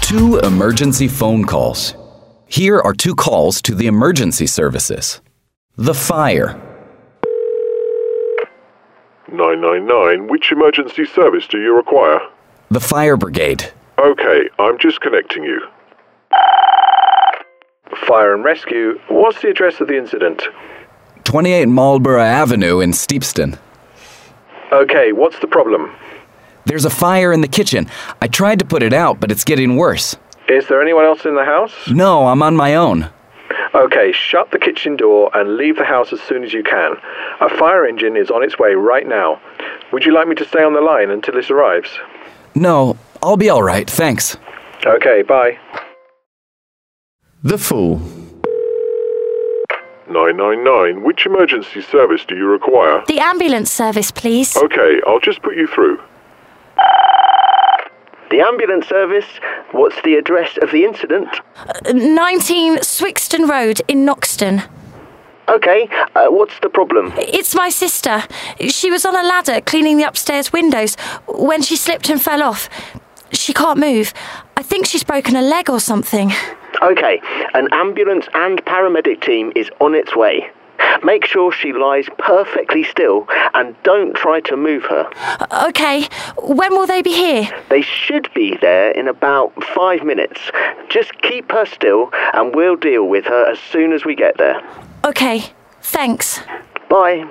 two emergency phone calls. Here are two calls to the emergency services. The fire, 999, which emergency service do you require? the fire brigade, Okay, I'm just connecting you. Fire and rescue, what's the address of the incident? 28 Marlborough Avenue in Steepston. Okay, what's the problem? There's a fire in the kitchen. I tried to put it out, but it's getting worse. Is there anyone else in the house? No, I'm on my own. Okay, shut the kitchen door and leave the house as soon as you can. A fire engine is on its way right now. Would you like me to stay on the line until this arrives? No, I'll be all right, thanks. Okay, bye. The Fool. 999, which emergency service do you require? The ambulance service, please. Okay, I'll just put you through. The ambulance service, what's the address of the incident? 19 Swixton Road in Noxton. Okay, uh, what's the problem? It's my sister. She was on a ladder cleaning the upstairs windows when she slipped and fell off. She can't move. I think she's broken a leg or something. Okay, an ambulance and paramedic team is on its way. Make sure she lies perfectly still and don't try to move her. Okay, when will they be here? They should be there in about five minutes. Just keep her still and we'll deal with her as soon as we get there. Okay, thanks. Bye.